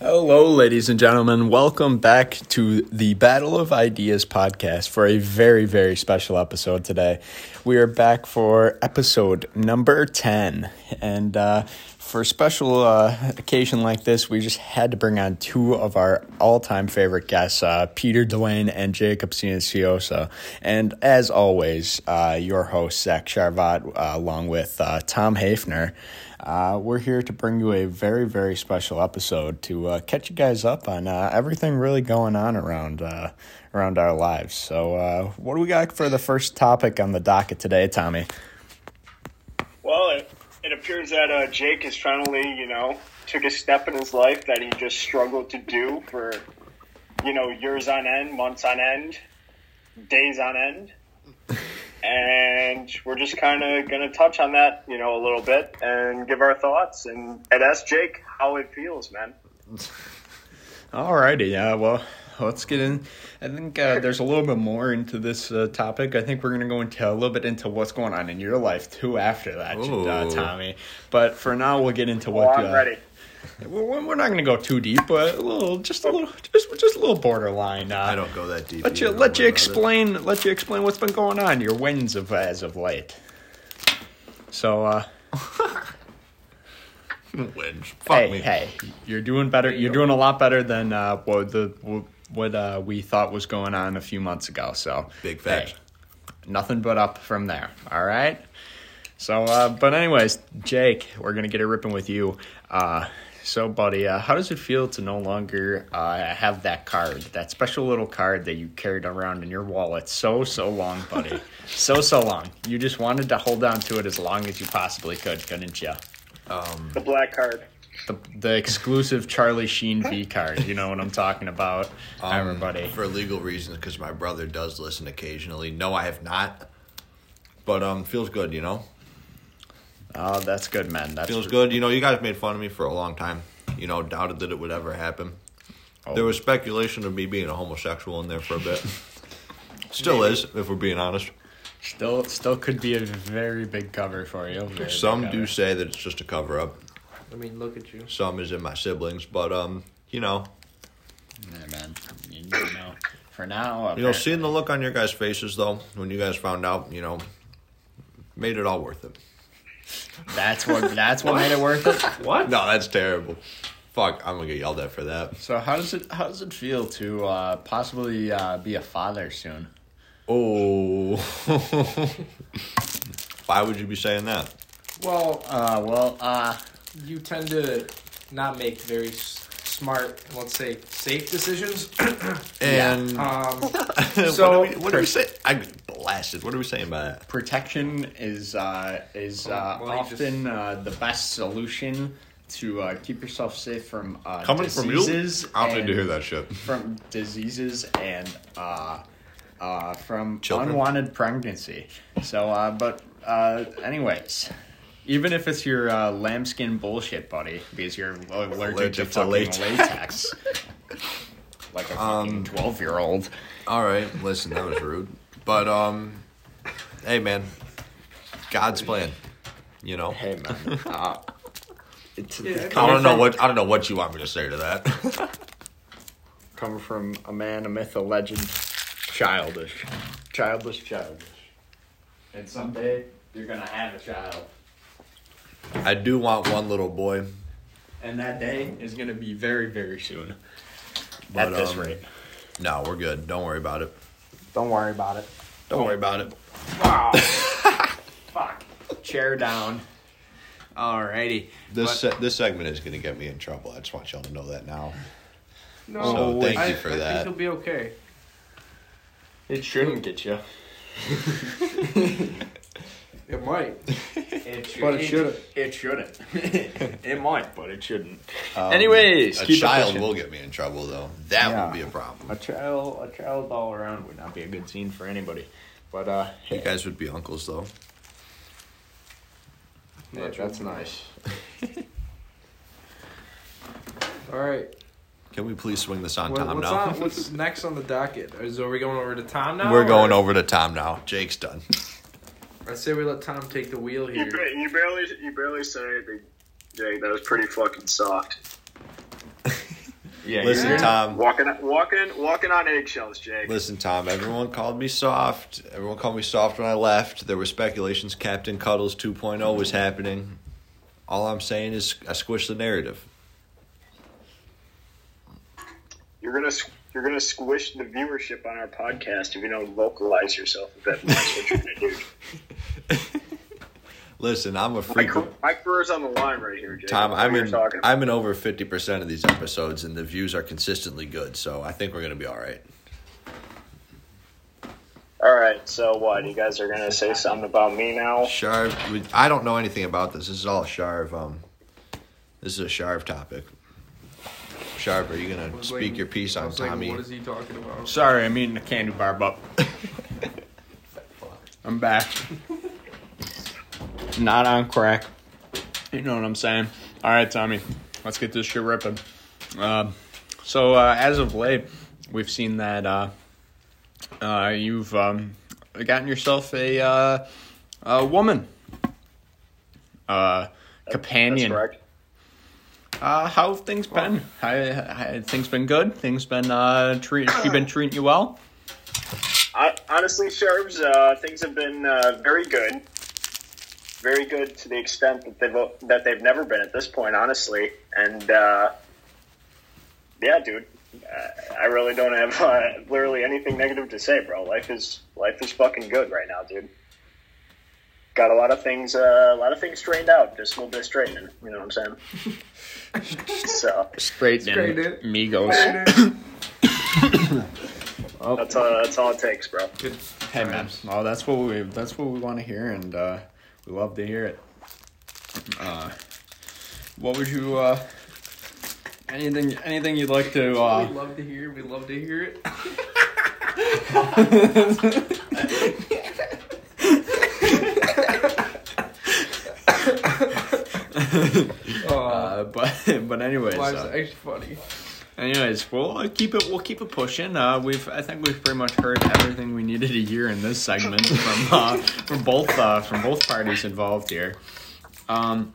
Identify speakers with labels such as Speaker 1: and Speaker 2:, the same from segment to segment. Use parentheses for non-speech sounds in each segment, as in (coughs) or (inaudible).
Speaker 1: Hello, ladies and gentlemen. Welcome back to the Battle of Ideas podcast for a very, very special episode today. We are back for episode number 10. And uh, for a special uh, occasion like this, we just had to bring on two of our all time favorite guests, uh, Peter Dwayne and Jacob Cianciosa. And as always, uh, your host, Zach Charvat, uh, along with uh, Tom Hafner. Uh, we're here to bring you a very, very special episode to uh, catch you guys up on uh, everything really going on around uh, around our lives. So, uh, what do we got for the first topic on the docket today, Tommy?
Speaker 2: Well, it, it appears that uh, Jake is finally, you know, took a step in his life that he just struggled to do for, you know, years on end, months on end, days on end. And we're just kind of going to touch on that, you know, a little bit and give our thoughts and, and ask Jake how it feels, man.
Speaker 1: Alrighty, yeah. Well, let's get in. I think uh, there's a little bit more into this uh, topic. I think we're gonna go into a little bit into what's going on in your life too after that, uh,
Speaker 3: Ooh.
Speaker 1: Tommy. But for now, we'll get into
Speaker 2: Well,
Speaker 1: what.
Speaker 2: Oh, I'm
Speaker 1: uh,
Speaker 2: ready.
Speaker 1: We're, we're not gonna go too deep, but a little, just a little, just just a little borderline. Uh,
Speaker 3: I don't go that deep.
Speaker 1: Let you
Speaker 3: either, don't
Speaker 1: let you
Speaker 3: worry about
Speaker 1: explain let you explain what's been going on your wins of as of late. So uh,
Speaker 3: it. Whinge. Fuck
Speaker 1: hey
Speaker 3: me.
Speaker 1: hey, you're doing better. You're doing a lot better than uh, what the what uh, we thought was going on a few months ago. So
Speaker 3: Big facts.
Speaker 1: hey, nothing but up from there. All right. So, uh, but anyways, Jake, we're gonna get it ripping with you. Uh, so, buddy, uh, how does it feel to no longer uh, have that card, that special little card that you carried around in your wallet so so long,
Speaker 3: (laughs)
Speaker 1: buddy, so so long? You just wanted to hold on to it as long as you possibly could, couldn't you?
Speaker 2: The black card.
Speaker 1: The, the exclusive Charlie Sheen V card. You know what I'm talking about,
Speaker 3: Um,
Speaker 1: everybody.
Speaker 3: For legal reasons, because my brother does listen occasionally. No, I have not. But um, feels good, you know.
Speaker 1: Oh, that's good, man. That's
Speaker 3: Feels good, you know. You guys made fun of me for a long time. You know, doubted that it would ever happen.
Speaker 1: Oh.
Speaker 3: There was speculation of me being a homosexual in there for a
Speaker 1: (laughs)
Speaker 3: bit. Still is, if we're being honest.
Speaker 1: still still could be a very big cover for you. Very big
Speaker 3: Some
Speaker 1: cover.
Speaker 3: do say that it's just a cover up.
Speaker 4: I mean, look at you.
Speaker 3: Some is in my siblings, but um, you know,
Speaker 1: Yeah, man. You, you know, for now,
Speaker 3: You know, seeing the look on your guys' faces though when you guys found out, you know, made it all worth it.
Speaker 1: that's what that's what made it worth
Speaker 3: (laughs)
Speaker 1: it.
Speaker 3: No, that's terrible. Fuck, I'm gonna get yelled at for that.
Speaker 1: So how does it how does it feel to uh, possibly uh, be a father soon?
Speaker 3: Oh, (laughs) why would you be saying that?
Speaker 4: Well,
Speaker 1: Uh, well, uh,
Speaker 4: you tend to not make very s- smart, let's say, safe decisions. (coughs)
Speaker 3: And (laughs)
Speaker 4: Um,
Speaker 3: so,
Speaker 4: So-
Speaker 3: what do we, what do we say? I get blasted. What are we saying by that?
Speaker 1: protection is uh,
Speaker 3: Oh,
Speaker 1: is uh,
Speaker 4: Well, you just-
Speaker 1: often uh, the best solution to uh, keep yourself safe from uh,
Speaker 3: Coming from you,
Speaker 1: diseases.
Speaker 3: I don't need
Speaker 1: and-
Speaker 3: to hear that shit.
Speaker 1: From diseases and uh, uh, from
Speaker 3: Children.
Speaker 1: unwanted pregnancy. So, uh, but uh, anyways. Even if it's your uh, lambskin bullshit, buddy, because you're allergic, to
Speaker 3: Allergic to
Speaker 1: fucking latex,
Speaker 3: latex. (laughs) Um,
Speaker 1: like a fucking twelve-year-old.
Speaker 3: All right, listen, that was rude, but um, hey man, God's plan, you know.
Speaker 1: Hey (laughs) man, uh, it's,
Speaker 4: Yeah,
Speaker 3: I don't know
Speaker 1: from-
Speaker 3: what I don't know what you want me to say to that. (laughs)
Speaker 1: coming from a man, a myth, a legend, childish, childish, childish. And someday you're gonna have a child,
Speaker 3: I do want one little boy.
Speaker 1: and that day is gonna be very, very soon.
Speaker 3: But,
Speaker 1: At this
Speaker 3: um,
Speaker 1: rate,
Speaker 3: No, we're good. Don't worry about it.
Speaker 1: don't worry about it.
Speaker 3: Don't worry about it.
Speaker 1: Wow. Fuck. Chair down. Alrighty.
Speaker 3: This se- this segment is gonna get me in trouble. I just want y'all to know that now.
Speaker 4: no,
Speaker 3: So thank
Speaker 4: I,
Speaker 3: you for
Speaker 4: I
Speaker 3: that.
Speaker 4: think you'll be okay.
Speaker 1: It shouldn't get you.
Speaker 4: It might.
Speaker 1: (laughs) It should,
Speaker 4: But it shouldn't.
Speaker 1: It shouldn't. (laughs) it might, but it shouldn't. Um, Anyways,
Speaker 3: Um, A
Speaker 1: keep it
Speaker 3: child
Speaker 1: pushing.
Speaker 3: will get me in trouble though. That
Speaker 1: Yeah.
Speaker 3: will be a problem.
Speaker 1: A child, a child all around would not be a good scene for anybody. But uh,
Speaker 3: You guys would be uncles though.
Speaker 1: yeah, that's nice.
Speaker 4: All right.
Speaker 3: Can we please swing this on
Speaker 4: What,
Speaker 3: Tom
Speaker 4: what's
Speaker 3: now? (laughs)
Speaker 4: on? What's next on the docket? Is are we going over to Tom now?
Speaker 3: We're going
Speaker 4: or-
Speaker 3: over to Tom now. Jake's done.
Speaker 4: I say we let Tom take the wheel
Speaker 2: You,
Speaker 4: here.
Speaker 2: ba- you barely you barely said anything, Jake. That was pretty fucking soft.
Speaker 3: Yeah,
Speaker 1: Listen,
Speaker 3: yeah.
Speaker 1: Tom.
Speaker 2: Walking, walking, walking on eggshells, Jake.
Speaker 3: Listen, Tom, everyone called me soft. Everyone called me soft when I left. There were speculations Captain Cuddles 2.0 was happening. All I'm saying is I squished the narrative.
Speaker 2: You're gonna s- you're gonna squish the viewership on our podcast if you don't localize yourself a bit. That's what you're gonna
Speaker 3: (laughs)
Speaker 2: do.
Speaker 3: Listen, I'm a
Speaker 2: My,
Speaker 3: freak.
Speaker 2: car- my career's on the line right here, Jake.
Speaker 3: Tom,
Speaker 2: That's
Speaker 3: I'm
Speaker 2: what you're
Speaker 3: in,
Speaker 2: talking about.
Speaker 3: I'm in over 50% of these episodes, and the views are consistently good, so I think we're going to be all right.
Speaker 2: All right, so what? You guys are gonna say something about me now?
Speaker 3: Sharv, we- I don't know anything about this. This is all Sharv. Um, this is a Sharv topic. Sharv, are you going
Speaker 5: I
Speaker 3: to
Speaker 5: was
Speaker 3: speak
Speaker 5: like-
Speaker 3: your piece
Speaker 5: I
Speaker 3: on
Speaker 5: was like,
Speaker 3: Tommy?
Speaker 5: What is he
Speaker 4: (coughs)
Speaker 5: talking about?
Speaker 1: Sorry, I'm eating a candy bar,
Speaker 2: (laughs)
Speaker 1: but I'm back. Not on crack. You know what I'm saying? All right, Tommy, let's get this shit ripping. Um so uh, as of late, we've seen that uh, uh, you've um, gotten yourself a uh, a woman uh, companion.
Speaker 2: That's correct.
Speaker 1: Uh, how have things been? How, how, things been good? Things been uh, treat? She been treating you well?
Speaker 2: I, honestly, Sharps, uh, things have been uh, very good, very good to the extent that they've that they've never been at this point, honestly. And uh, yeah, dude, uh, I really don't have uh, literally anything negative to say, bro. Life is life is fucking good right now, dude. Got a lot of things, uh, a lot of things strained out, just a little bit straightening. You know what I'm saying? so
Speaker 1: Straight in,
Speaker 5: Straight in.
Speaker 1: Migos.
Speaker 2: that's all, that's all it takes, bro.
Speaker 5: Good
Speaker 1: Hey man,
Speaker 5: times.
Speaker 1: well that's what we that's what we want to hear, and uh, we love to hear it. Uh, what would you uh, anything anything you'd like to?
Speaker 5: We
Speaker 1: Uh,
Speaker 5: love to hear. We love to hear (laughs) it. uh,
Speaker 1: uh, (laughs) but but anyways,
Speaker 5: life's
Speaker 1: uh,
Speaker 5: actually funny.
Speaker 1: anyways, we'll uh, keep it we'll keep it pushing. Uh, we've I think we've pretty much heard everything we needed to hear in this segment from uh, from both uh, from both parties involved here. Um,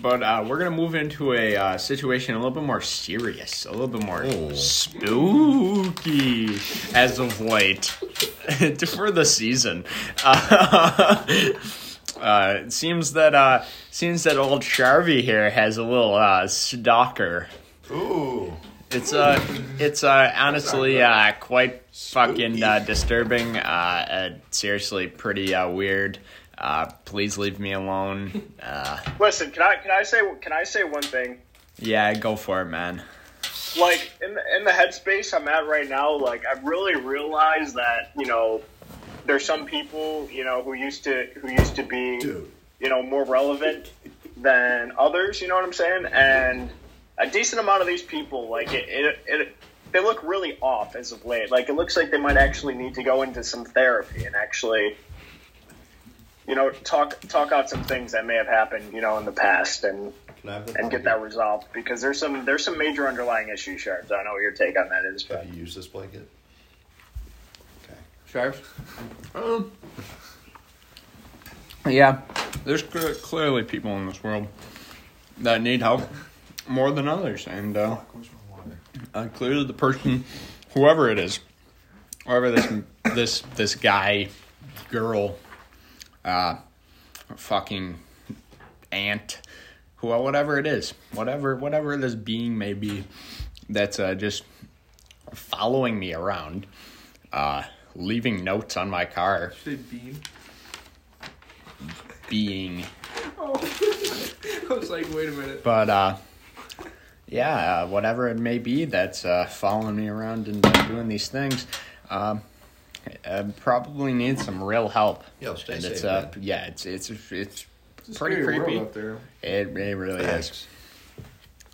Speaker 1: but uh, we're gonna move into a uh, situation a little bit more serious, a little bit more
Speaker 3: Ooh.
Speaker 1: spooky as of late (laughs) for the season. (laughs) Uh, uh, it seems that uh, seems that old Charvy here has a little uh, stalker.
Speaker 3: Ooh.
Speaker 1: It's uh, it's uh, honestly uh, quite fucking uh, disturbing. Uh, uh, seriously, pretty uh, weird. Uh, please leave me alone. Uh,
Speaker 2: Listen, can I can I say can I say one thing?
Speaker 1: yeah, go for it, man.
Speaker 2: like in the, in the headspace I'm at right now, like I really realized that you know there's some people you know who used to who used to be you know more relevant than others. You know what I'm saying? And a decent amount of these people, like it, it, it they look really off as of late. Like it looks like they might actually need to go into some therapy and actually. You know, talk talk out some things that may have happened, you know, in the past, and
Speaker 3: Can I have the
Speaker 2: and get that resolved because there's some there's some major underlying issues, Sharps. I don't know what your take on that is, but
Speaker 3: Have you used this blanket? Okay.
Speaker 5: Sharp.
Speaker 1: Um, yeah, there's cl- clearly people in this world that need help more than others, and uh, uh, clearly the person, whoever it is, whoever this this this guy, girl, uh, fucking aunt, who uh, whatever it is, whatever whatever this being may be, that's uh, just following me around, uh, leaving notes on my car,
Speaker 5: Say bean.
Speaker 1: being
Speaker 5: (laughs) I was like, wait a minute.
Speaker 1: But uh, yeah, uh, whatever it may be that's uh, following me around and doing these things, um, uh, probably needs some real help.
Speaker 3: Yo, stay
Speaker 1: and
Speaker 3: safe,
Speaker 1: it's uh,
Speaker 3: man.
Speaker 1: yeah, it's it's it's
Speaker 5: It's a
Speaker 1: pretty
Speaker 5: scary world
Speaker 1: creepy.
Speaker 5: out there.
Speaker 1: It it really is.
Speaker 3: Thanks.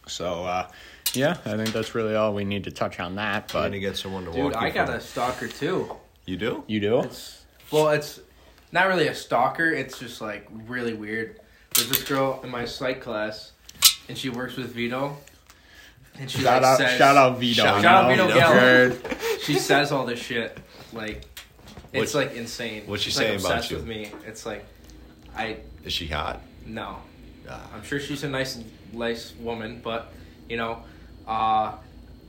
Speaker 1: So uh, yeah, I think that's really all we need to touch on that.
Speaker 3: I'm gonna
Speaker 1: But
Speaker 3: get someone to walk.
Speaker 5: Dude,
Speaker 3: you
Speaker 5: I got
Speaker 3: through.
Speaker 5: a stalker too.
Speaker 3: You do?
Speaker 1: you do
Speaker 5: It's well, it's not really a stalker. It's just like really weird. There's this girl in my psych class, and she works with Vito. And she
Speaker 1: shout
Speaker 5: like,
Speaker 1: out
Speaker 5: says,
Speaker 1: shout out Vito.
Speaker 3: Shout
Speaker 1: you
Speaker 5: out
Speaker 1: know?
Speaker 5: Vito Gallo.
Speaker 1: Word.
Speaker 5: She says all this shit like it's
Speaker 3: What-
Speaker 5: like insane.
Speaker 3: what's she
Speaker 5: She's, like,
Speaker 3: saying about
Speaker 5: obsessed
Speaker 3: you?
Speaker 5: With me, it's like I
Speaker 3: Is she hot?
Speaker 5: no.
Speaker 3: Ah.
Speaker 5: I'm sure she's a nice, nice woman, but you know, uh,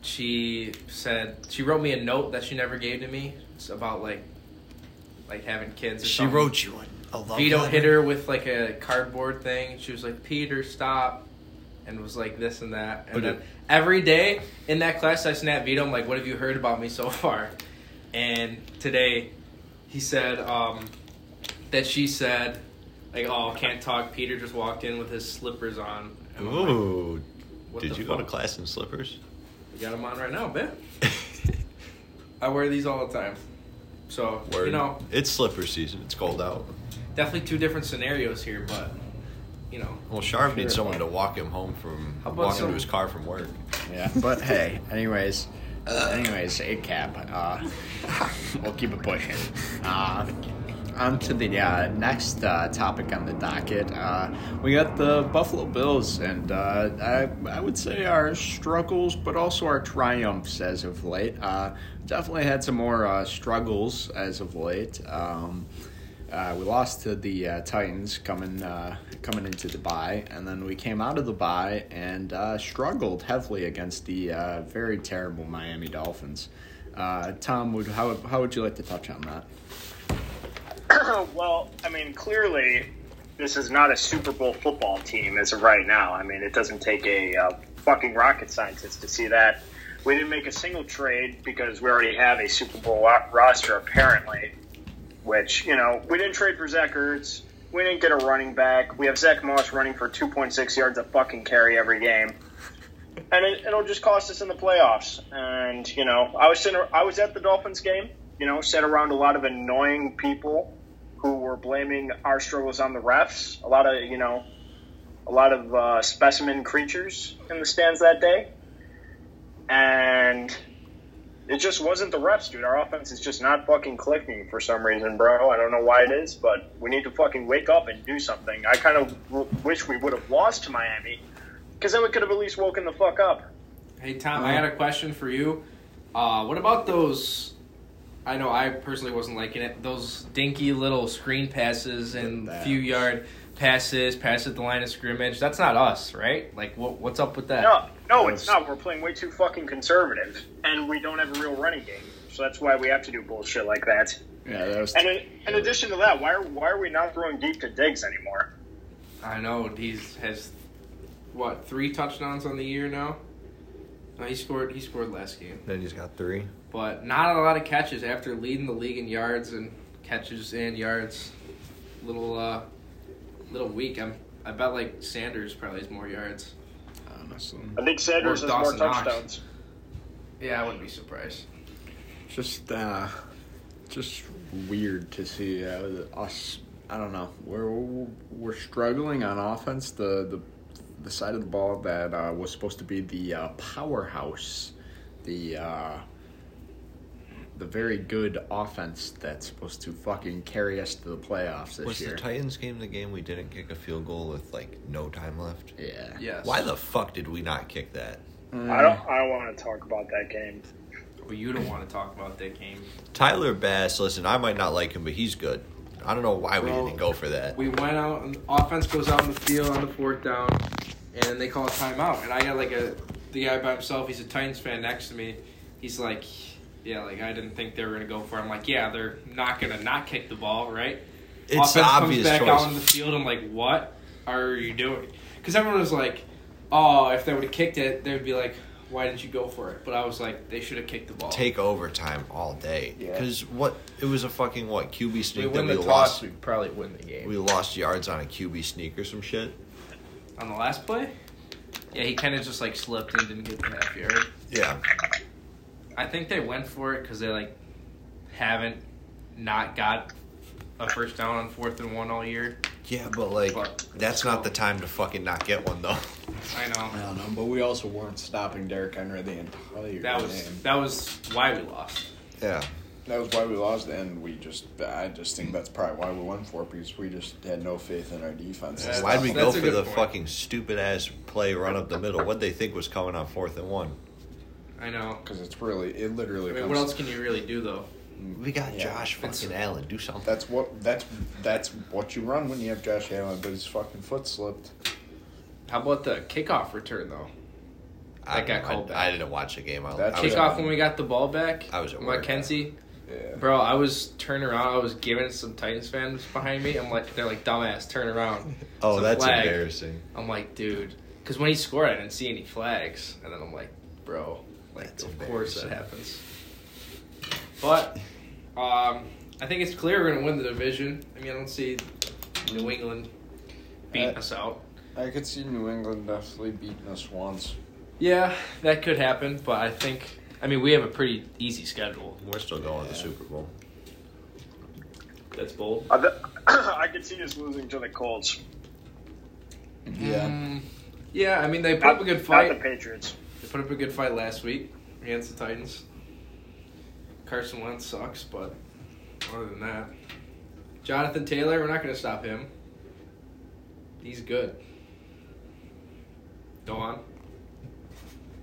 Speaker 5: she said she wrote me a note that she never gave to me. It's about like like having kids. Or
Speaker 3: She
Speaker 5: something.
Speaker 3: wrote you a, a love
Speaker 5: Vito
Speaker 3: letter.
Speaker 5: hit her with like a cardboard thing. She was like, "Peter, stop," and was like this and that. And
Speaker 3: But
Speaker 5: then
Speaker 3: it-
Speaker 5: every day in that class, I snapped Vito. I'm like, "What have you heard about me so far?" And today, he said um, that she said, "Like, oh, can't talk." Peter just walked in with his slippers on. And I'm like,
Speaker 3: Ooh.
Speaker 5: "What
Speaker 3: Did
Speaker 5: the
Speaker 3: you go
Speaker 5: fuck?"
Speaker 3: to class in
Speaker 5: (laughs)
Speaker 3: slippers?
Speaker 5: You got them on right now, man. I wear these all the time. So you know,
Speaker 3: It's slipper season. It's cold out.
Speaker 5: definitely two different scenarios here, but you know.
Speaker 3: Well, Sharp needs someone to walk him home from
Speaker 5: How about
Speaker 3: walk him
Speaker 5: some-
Speaker 3: to his car from work.
Speaker 1: Yeah, but hey, anyways, anyways, a cap. Uh, we'll keep it pushing. Uh, on to the uh, next uh, topic on the docket. Uh, we got the Buffalo Bills, and uh, I, I would say our struggles, but also our triumphs as of late. Uh, definitely had some more uh, struggles as of late. Um, uh, we lost to the uh, Titans coming uh, coming into the bye, and then we came out of the bye and uh, struggled heavily against the uh, very terrible Miami Dolphins. Uh, Tom, would how how would you like to touch on that?
Speaker 2: (coughs) well, I mean, clearly, this is not a Super Bowl football team as of right now. I mean, it doesn't take a uh, fucking rocket scientist to see that. We didn't make a single trade because we already have a Super Bowl wa- roster, apparently. Which you know, we didn't trade for Zach Ertz. We didn't get a running back. We have Zach Moss running for 2.6 yards a fucking carry every game. and it, it'll just cost us in the playoffs. And you know, I was sitting, I was at the Dolphins game. You know, sat around a lot of annoying people who were blaming our struggles on the refs. A lot of you know, a lot of uh, specimen creatures in the stands that day, and it just wasn't the refs, dude. Our offense is just not fucking clicking for some reason, bro. I don't know why it is, but we need to fucking wake up and do something. I kind of w- wish we would have lost to Miami. Because then we could have at least woken the fuck up.
Speaker 5: Hey Tom, I got a question for you. Uh, what about those? I know I personally wasn't liking it. Those dinky little screen passes and
Speaker 1: That.
Speaker 5: few yard passes, passes at the line of scrimmage. That's not us, right? Like, what what's up with that?
Speaker 2: No, no,
Speaker 1: That
Speaker 2: it's
Speaker 1: was-
Speaker 2: not. We're playing way too fucking conservative, and we don't have a real running game. So that's why we have to do bullshit like that.
Speaker 1: Yeah, that was
Speaker 2: And in, in addition to that, why are why are we not throwing deep to Diggs anymore?
Speaker 5: I know he's has what three touchdowns on the year now. No, he scored. He scored last game,
Speaker 3: Then he's got three.
Speaker 5: but not a lot of catches after leading the league in yards and catches and yards. Little uh, little weak. I'm. I bet like Sanders probably has more yards.
Speaker 1: honestly
Speaker 2: I think Sanders
Speaker 5: Or
Speaker 2: has more
Speaker 5: Dawson Knox.
Speaker 2: touchdowns.
Speaker 5: Yeah, I wouldn't be surprised.
Speaker 1: just uh, just weird to see uh, us. I don't know. We're we're struggling on offense. The the the side of the ball that uh, was supposed to be the uh, powerhouse, the uh, the very good offense that's supposed to fucking carry us to the playoffs this
Speaker 3: Was
Speaker 1: year.
Speaker 3: the Titans game the game we didn't kick a field goal with like no time left?
Speaker 1: yeah.
Speaker 5: Yes.
Speaker 3: Why the fuck did we not kick that?
Speaker 5: Mm.
Speaker 2: I don't I don't want to talk about that game.
Speaker 5: Well, you don't want to talk about that game.
Speaker 3: Tyler Bass, listen, I might not like him, but he's good. I don't know why we
Speaker 5: Well,
Speaker 3: didn't go for that.
Speaker 5: We went out, and offense goes out on the field on the fourth down, and they call a timeout. And I got like a the guy by himself. He's a Titans fan next to me. He's like, yeah, like I didn't think they were gonna go for. It. I'm like, yeah, they're not gonna not kick the ball, right?
Speaker 3: It's the
Speaker 5: offense
Speaker 3: obvious
Speaker 5: comes back
Speaker 3: choice.
Speaker 5: out on the field. I'm like, what are you doing? Because everyone was like, oh, if they would have kicked it, they'd be like, why didn't you go for it? But I was like, they should have kicked the ball.
Speaker 3: Take overtime all day.
Speaker 1: Yeah.
Speaker 3: Because what it was a fucking what QB
Speaker 5: we
Speaker 3: sneak that
Speaker 5: win
Speaker 3: we
Speaker 5: the
Speaker 3: lost.
Speaker 5: toss, we probably win the game.
Speaker 3: We lost yards on a QB sneak or some shit.
Speaker 5: On the last play? Yeah, he kind of just like slipped and didn't get the half yard.
Speaker 3: Yeah,
Speaker 5: I think they went for it because they like haven't not got a first down on fourth and one all year.
Speaker 3: yeah, but like
Speaker 5: But-
Speaker 3: that's not the time to fucking not get one though.
Speaker 5: I
Speaker 1: I
Speaker 5: know
Speaker 1: don't know, but we also weren't stopping Derrick Henry the entire
Speaker 5: that was
Speaker 1: game.
Speaker 5: that was why we lost.
Speaker 3: Yeah,
Speaker 1: That was why we lost, and we just, I just think that's probably why we won for it, because we just had no faith in our defense.
Speaker 5: That's-
Speaker 3: (laughs) why'd we go
Speaker 5: that's a
Speaker 3: for
Speaker 5: good
Speaker 3: the
Speaker 5: point.
Speaker 3: fucking stupid ass play run up the middle? What they think was coming on fourth and one?
Speaker 5: I know.
Speaker 1: Because it's really, it literally
Speaker 5: I mean,
Speaker 1: comes.
Speaker 5: what else can you really do though?
Speaker 3: We got
Speaker 1: Yeah.
Speaker 3: Josh
Speaker 5: It's-
Speaker 3: fucking Allen. Do something.
Speaker 1: That's what that's that's what you run when you have Josh Allen, but his fucking foot slipped.
Speaker 5: How about the kickoff return though?
Speaker 3: I
Speaker 5: got called
Speaker 3: I,
Speaker 5: back.
Speaker 3: I didn't watch the game. I,
Speaker 4: That's
Speaker 3: I was
Speaker 5: Kickoff
Speaker 3: at-
Speaker 5: when we got the ball back.
Speaker 3: I was at work.
Speaker 5: Mackenzie.
Speaker 4: Yeah.
Speaker 5: Bro, I was turning around. I was giving some Titans fans behind me. I'm like, they're like, dumbass, turn around.
Speaker 3: Oh,
Speaker 5: It's a
Speaker 3: that's
Speaker 5: flag.
Speaker 3: embarrassing.
Speaker 5: I'm like, dude, because when he scored, I didn't see any flags, and then I'm like, bro, like,
Speaker 3: That's
Speaker 5: of course that
Speaker 3: embarrassing.
Speaker 5: happens. But um, I think it's clear we're gonna win the division. I mean, I don't see New England beating
Speaker 4: Uh,
Speaker 5: us out.
Speaker 4: I could see New England definitely beating us once.
Speaker 5: Yeah, that could happen, but I think I mean we have a pretty easy schedule.
Speaker 3: We're still going to the Super Bowl.
Speaker 5: That's bold.
Speaker 2: I, th- (coughs) I could see us losing to the Colts.
Speaker 4: Yeah.
Speaker 5: Mm, yeah, I mean they put up a good fight.
Speaker 2: Not the Patriots.
Speaker 5: They put up a good fight last week against the Titans. Carson Wentz sucks, but other than that, Jonathan Taylor, we're not going to stop him. He's good. Go on.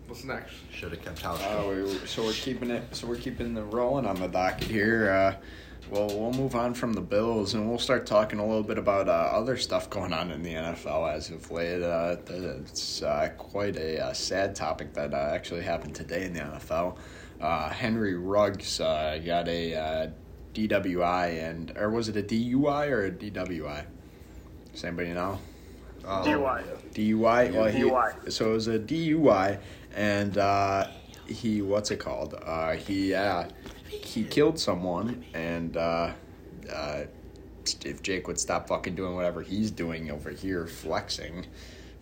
Speaker 5: What's next?
Speaker 3: Should have kept house.
Speaker 4: Uh,
Speaker 1: Oh, we- so we're keeping it. So we're keeping the rolling on the docket here. Uh, well, we'll move on from the Bills, and we'll start talking a little bit about uh, other stuff going on in the NFL as of late. Uh, th- it's uh, quite a uh, sad topic that uh, actually happened today in the NFL. Uh, Henry Ruggs uh, got a uh, DWI, and or was it a DUI or a DWI? Does anybody know?
Speaker 5: Oh.
Speaker 3: Um,
Speaker 2: DUI.
Speaker 1: DUI. Well, he,
Speaker 2: DUI.
Speaker 1: So it was a DUI, and uh, he what's it called? Uh, he uh, he killed someone, and uh, uh, if Jake would stop fucking doing whatever he's doing over here, flexing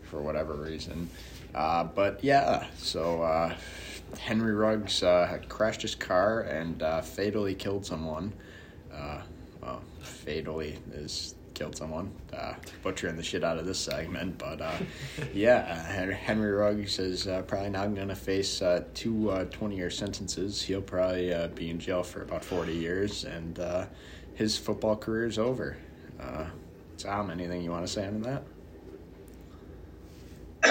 Speaker 1: for whatever reason. Uh, but yeah, so uh, Henry Ruggs uh, had crashed his car and uh, fatally killed someone. Uh, well, fatally is killed someone. Uh, butchering the shit out of this segment, but uh, yeah, Hen- Henry Ruggs is uh, probably now going to face uh, two uh, 20 year sentences. He'll probably uh, be in jail for about 40 years, and uh, his football career is over. Uh, Tom, anything you want to say on that?
Speaker 2: (clears throat)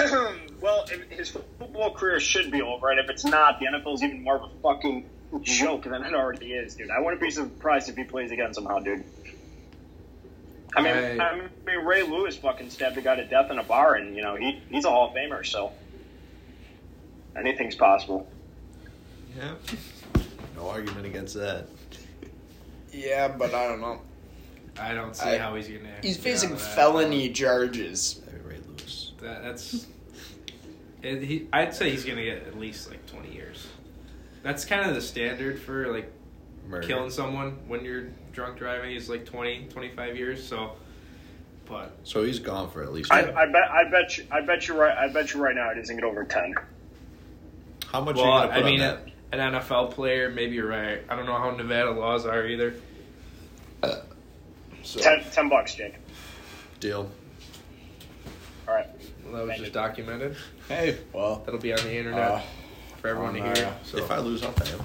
Speaker 2: well, if his football career should be over, and if it's not, the NFL is even more of a fucking joke than it already is, dude. I wouldn't be surprised if he plays again somehow, dude. I mean,
Speaker 5: I-
Speaker 2: I mean, Ray Lewis fucking stabbed a guy to death in a bar, and you know he he's a Hall of Famer, so anything's possible.
Speaker 3: Yeah. No argument against that.
Speaker 1: Yeah, but I don't know.
Speaker 5: I don't see
Speaker 1: I-
Speaker 5: how he's going to.
Speaker 1: He's facing felony charges.
Speaker 3: That'd be Ray Lewis.
Speaker 5: That, that's. It, he, I'd say he's going to get at least like 20 years. That's kind of the standard for like
Speaker 3: Murder.
Speaker 5: killing someone when you're drunk driving is like 20 25 years so but
Speaker 3: So he's gone for at least.
Speaker 2: I, I bet I bet you I bet you right I bet you right now it doesn't get over ten.
Speaker 3: How much
Speaker 5: well
Speaker 3: are you gonna
Speaker 5: i
Speaker 3: put
Speaker 5: mean uh,
Speaker 3: on that?
Speaker 5: an nfl player maybe you're right i don't know how nevada laws are either
Speaker 1: So,
Speaker 2: Ten, 10 bucks, Jake.
Speaker 3: Deal.
Speaker 2: All right.
Speaker 5: well, that was just documented
Speaker 1: hey, well,
Speaker 5: that'll be on the internet
Speaker 1: uh,
Speaker 5: for everyone
Speaker 1: on,
Speaker 5: to hear
Speaker 1: uh,
Speaker 5: so
Speaker 3: If I lose, I'll pay him.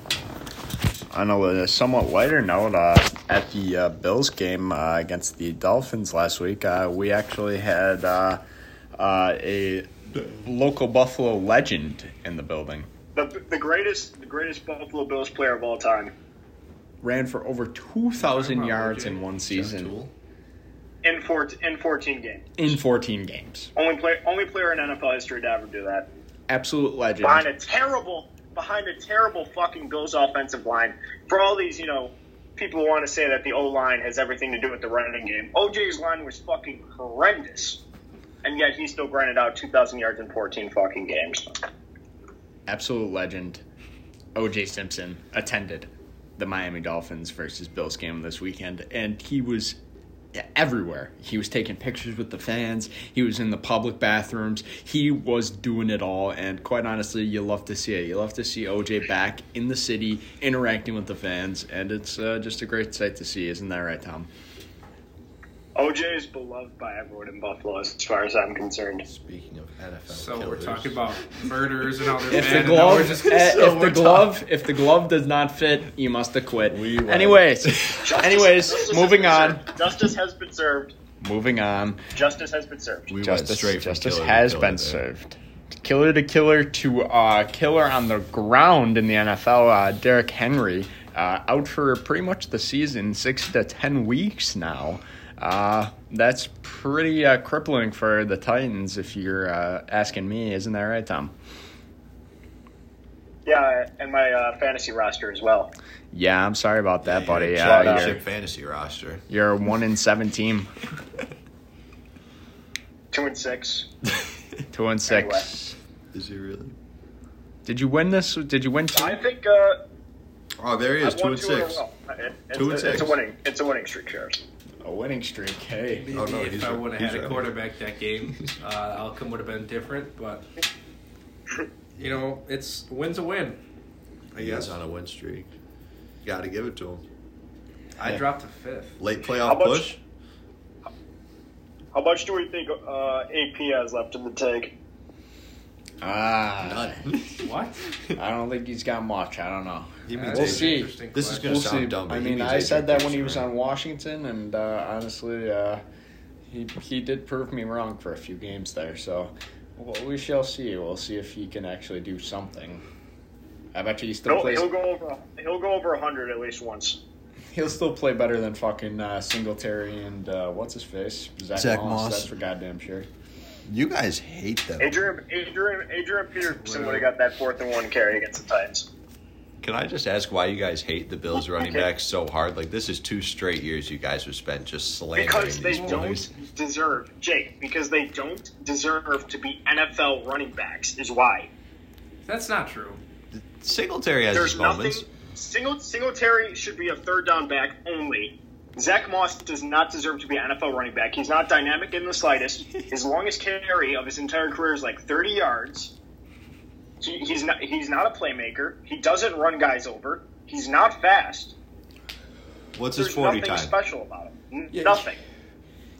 Speaker 1: on a uh, somewhat lighter note, uh, at the uh, Bills game uh, against the Dolphins last week, uh, we actually had uh, uh, a local Buffalo legend in the building.
Speaker 2: The, the greatest the greatest Buffalo Bills player of all time
Speaker 1: Ran for over 2,000
Speaker 5: Wow,
Speaker 1: yards
Speaker 5: OJ.
Speaker 1: in one
Speaker 3: Jeff
Speaker 1: season
Speaker 3: Tool.
Speaker 2: in four, in fourteen games.
Speaker 1: in 14 games.
Speaker 2: Only play, only player in NFL history to ever do that.
Speaker 1: Absolute legend.
Speaker 2: Behind a terrible, behind a terrible fucking Bills offensive line. For all these, you know, people who want to say that the O line has everything to do with the running game. OJ's line was fucking horrendous, and yet he still grinded out two thousand yards in fourteen fucking games.
Speaker 1: Absolute legend. OJ Simpson attended the Miami Dolphins versus Bills game this weekend, and he was everywhere. He was taking pictures with the fans. He was in the public bathrooms. He was doing it all. And quite honestly, you love to see it. You love to see OJ back in the city interacting with the fans. And it's uh, just a great sight to see. Isn't that right, Tom?
Speaker 2: OJ is beloved by everyone in Buffalo, as far as I'm concerned.
Speaker 3: Speaking of NFL
Speaker 5: so we're
Speaker 3: killers,
Speaker 5: talking about murderers and all their
Speaker 1: If the
Speaker 5: bad, and now
Speaker 1: glove,
Speaker 5: we're
Speaker 1: (laughs)
Speaker 5: just
Speaker 1: eh,
Speaker 5: gonna- so
Speaker 1: if the
Speaker 5: we're talking-
Speaker 1: glove, if the glove does not fit, you must acquit.
Speaker 3: We won.
Speaker 5: (laughs)
Speaker 1: Anyways, anyways,
Speaker 2: has
Speaker 1: moving
Speaker 2: been
Speaker 1: on,
Speaker 2: served. Justice has been served.
Speaker 1: moving on.
Speaker 2: Justice has been served.
Speaker 3: We went
Speaker 1: justice
Speaker 3: straight from
Speaker 1: justice
Speaker 3: killer to
Speaker 1: has
Speaker 3: killer
Speaker 1: been
Speaker 3: there.
Speaker 1: served. Killer to killer to uh, killer on the ground in the NFL. Uh, Derrick Henry uh, out for pretty much the season, six to ten weeks now. Uh, that's pretty uh, crippling for the Titans, if you're uh, asking me. Isn't that right, Tom?
Speaker 2: Yeah, and my uh, fantasy roster as well.
Speaker 1: Yeah, I'm sorry about that, uh, buddy.
Speaker 3: Your
Speaker 1: Yeah,
Speaker 3: championship
Speaker 1: you're, (laughs)
Speaker 3: fantasy roster.
Speaker 1: you're a one in seven team,
Speaker 2: Two and six.
Speaker 1: two and six.
Speaker 2: Anyway.
Speaker 3: Is he really?
Speaker 1: Did you win this? Did you win? Two?
Speaker 2: I think uh,
Speaker 3: Oh, there he is,
Speaker 2: I've
Speaker 3: two
Speaker 2: won
Speaker 3: and six.
Speaker 2: In a row. It- it's,
Speaker 3: Two and
Speaker 2: it's
Speaker 3: six.
Speaker 2: a winning. It's a winning streak, Sheriff.
Speaker 1: A winning streak. Hey,
Speaker 4: Maybe
Speaker 3: Oh, no, he's
Speaker 4: if I
Speaker 3: right.
Speaker 4: would have
Speaker 3: He's
Speaker 4: had a
Speaker 3: right.
Speaker 4: quarterback that game, uh, outcome would have been different. But you know, it's wins a win.
Speaker 5: uh,
Speaker 3: He is on a win streak. Got to give it to him.
Speaker 4: I
Speaker 1: Yeah.
Speaker 4: dropped a fifth.
Speaker 3: Late
Speaker 2: How
Speaker 3: playoff
Speaker 2: much-
Speaker 3: push.
Speaker 2: How much do we think uh, AP has left in the tank?
Speaker 5: (laughs)
Speaker 1: ah,
Speaker 3: (laughs)
Speaker 4: What?
Speaker 1: I don't think he's got much. I don't know.
Speaker 3: He means
Speaker 4: That's
Speaker 1: We'll
Speaker 4: an
Speaker 3: eight.
Speaker 1: see.
Speaker 4: interesting
Speaker 3: This is
Speaker 4: question.
Speaker 3: gonna
Speaker 1: We'll
Speaker 3: sound
Speaker 1: see.
Speaker 3: dumb, but
Speaker 1: I
Speaker 3: he
Speaker 1: mean,
Speaker 3: means
Speaker 1: I
Speaker 3: Adrian
Speaker 1: said that when he
Speaker 3: Peterson,
Speaker 1: was
Speaker 3: right?
Speaker 1: on Washington, and uh, honestly, uh, he he did prove me wrong for a few games there. So, well, we shall see. We'll see if he can actually do something. I bet you he still
Speaker 2: He'll,
Speaker 1: plays.
Speaker 2: he'll go over. He'll go over hundred at least once.
Speaker 1: He'll still play better than fucking uh, Singletary and uh, what's his face Zach,
Speaker 3: Zach
Speaker 1: Moss,
Speaker 3: Moss.
Speaker 1: That's for goddamn sure.
Speaker 3: You guys hate them.
Speaker 2: Adrian Adrian Adrian Peterson would have got that fourth and one carry against the Titans.
Speaker 3: Can I just ask why you guys hate the Bills running back so hard? Like this is two straight years you guys have spent just slandering
Speaker 2: Because they
Speaker 3: these boys.
Speaker 2: don't deserve Jake. Because they don't deserve to be NFL running backs is why.
Speaker 4: That's not true.
Speaker 3: Singletary has
Speaker 2: There's
Speaker 3: his
Speaker 2: nothing.
Speaker 3: moments.
Speaker 2: Single Singletary should be a third down back only. Zach Moss does not deserve to be an NFL running back. He's not dynamic in the slightest. His longest carry of his entire career is like 30 yards. He, he's not. He's not a playmaker. He doesn't run guys over. He's not fast.
Speaker 3: What's his
Speaker 2: There's
Speaker 3: forty
Speaker 2: nothing
Speaker 3: time?
Speaker 2: special about him. N-
Speaker 1: Yeah.
Speaker 2: Nothing.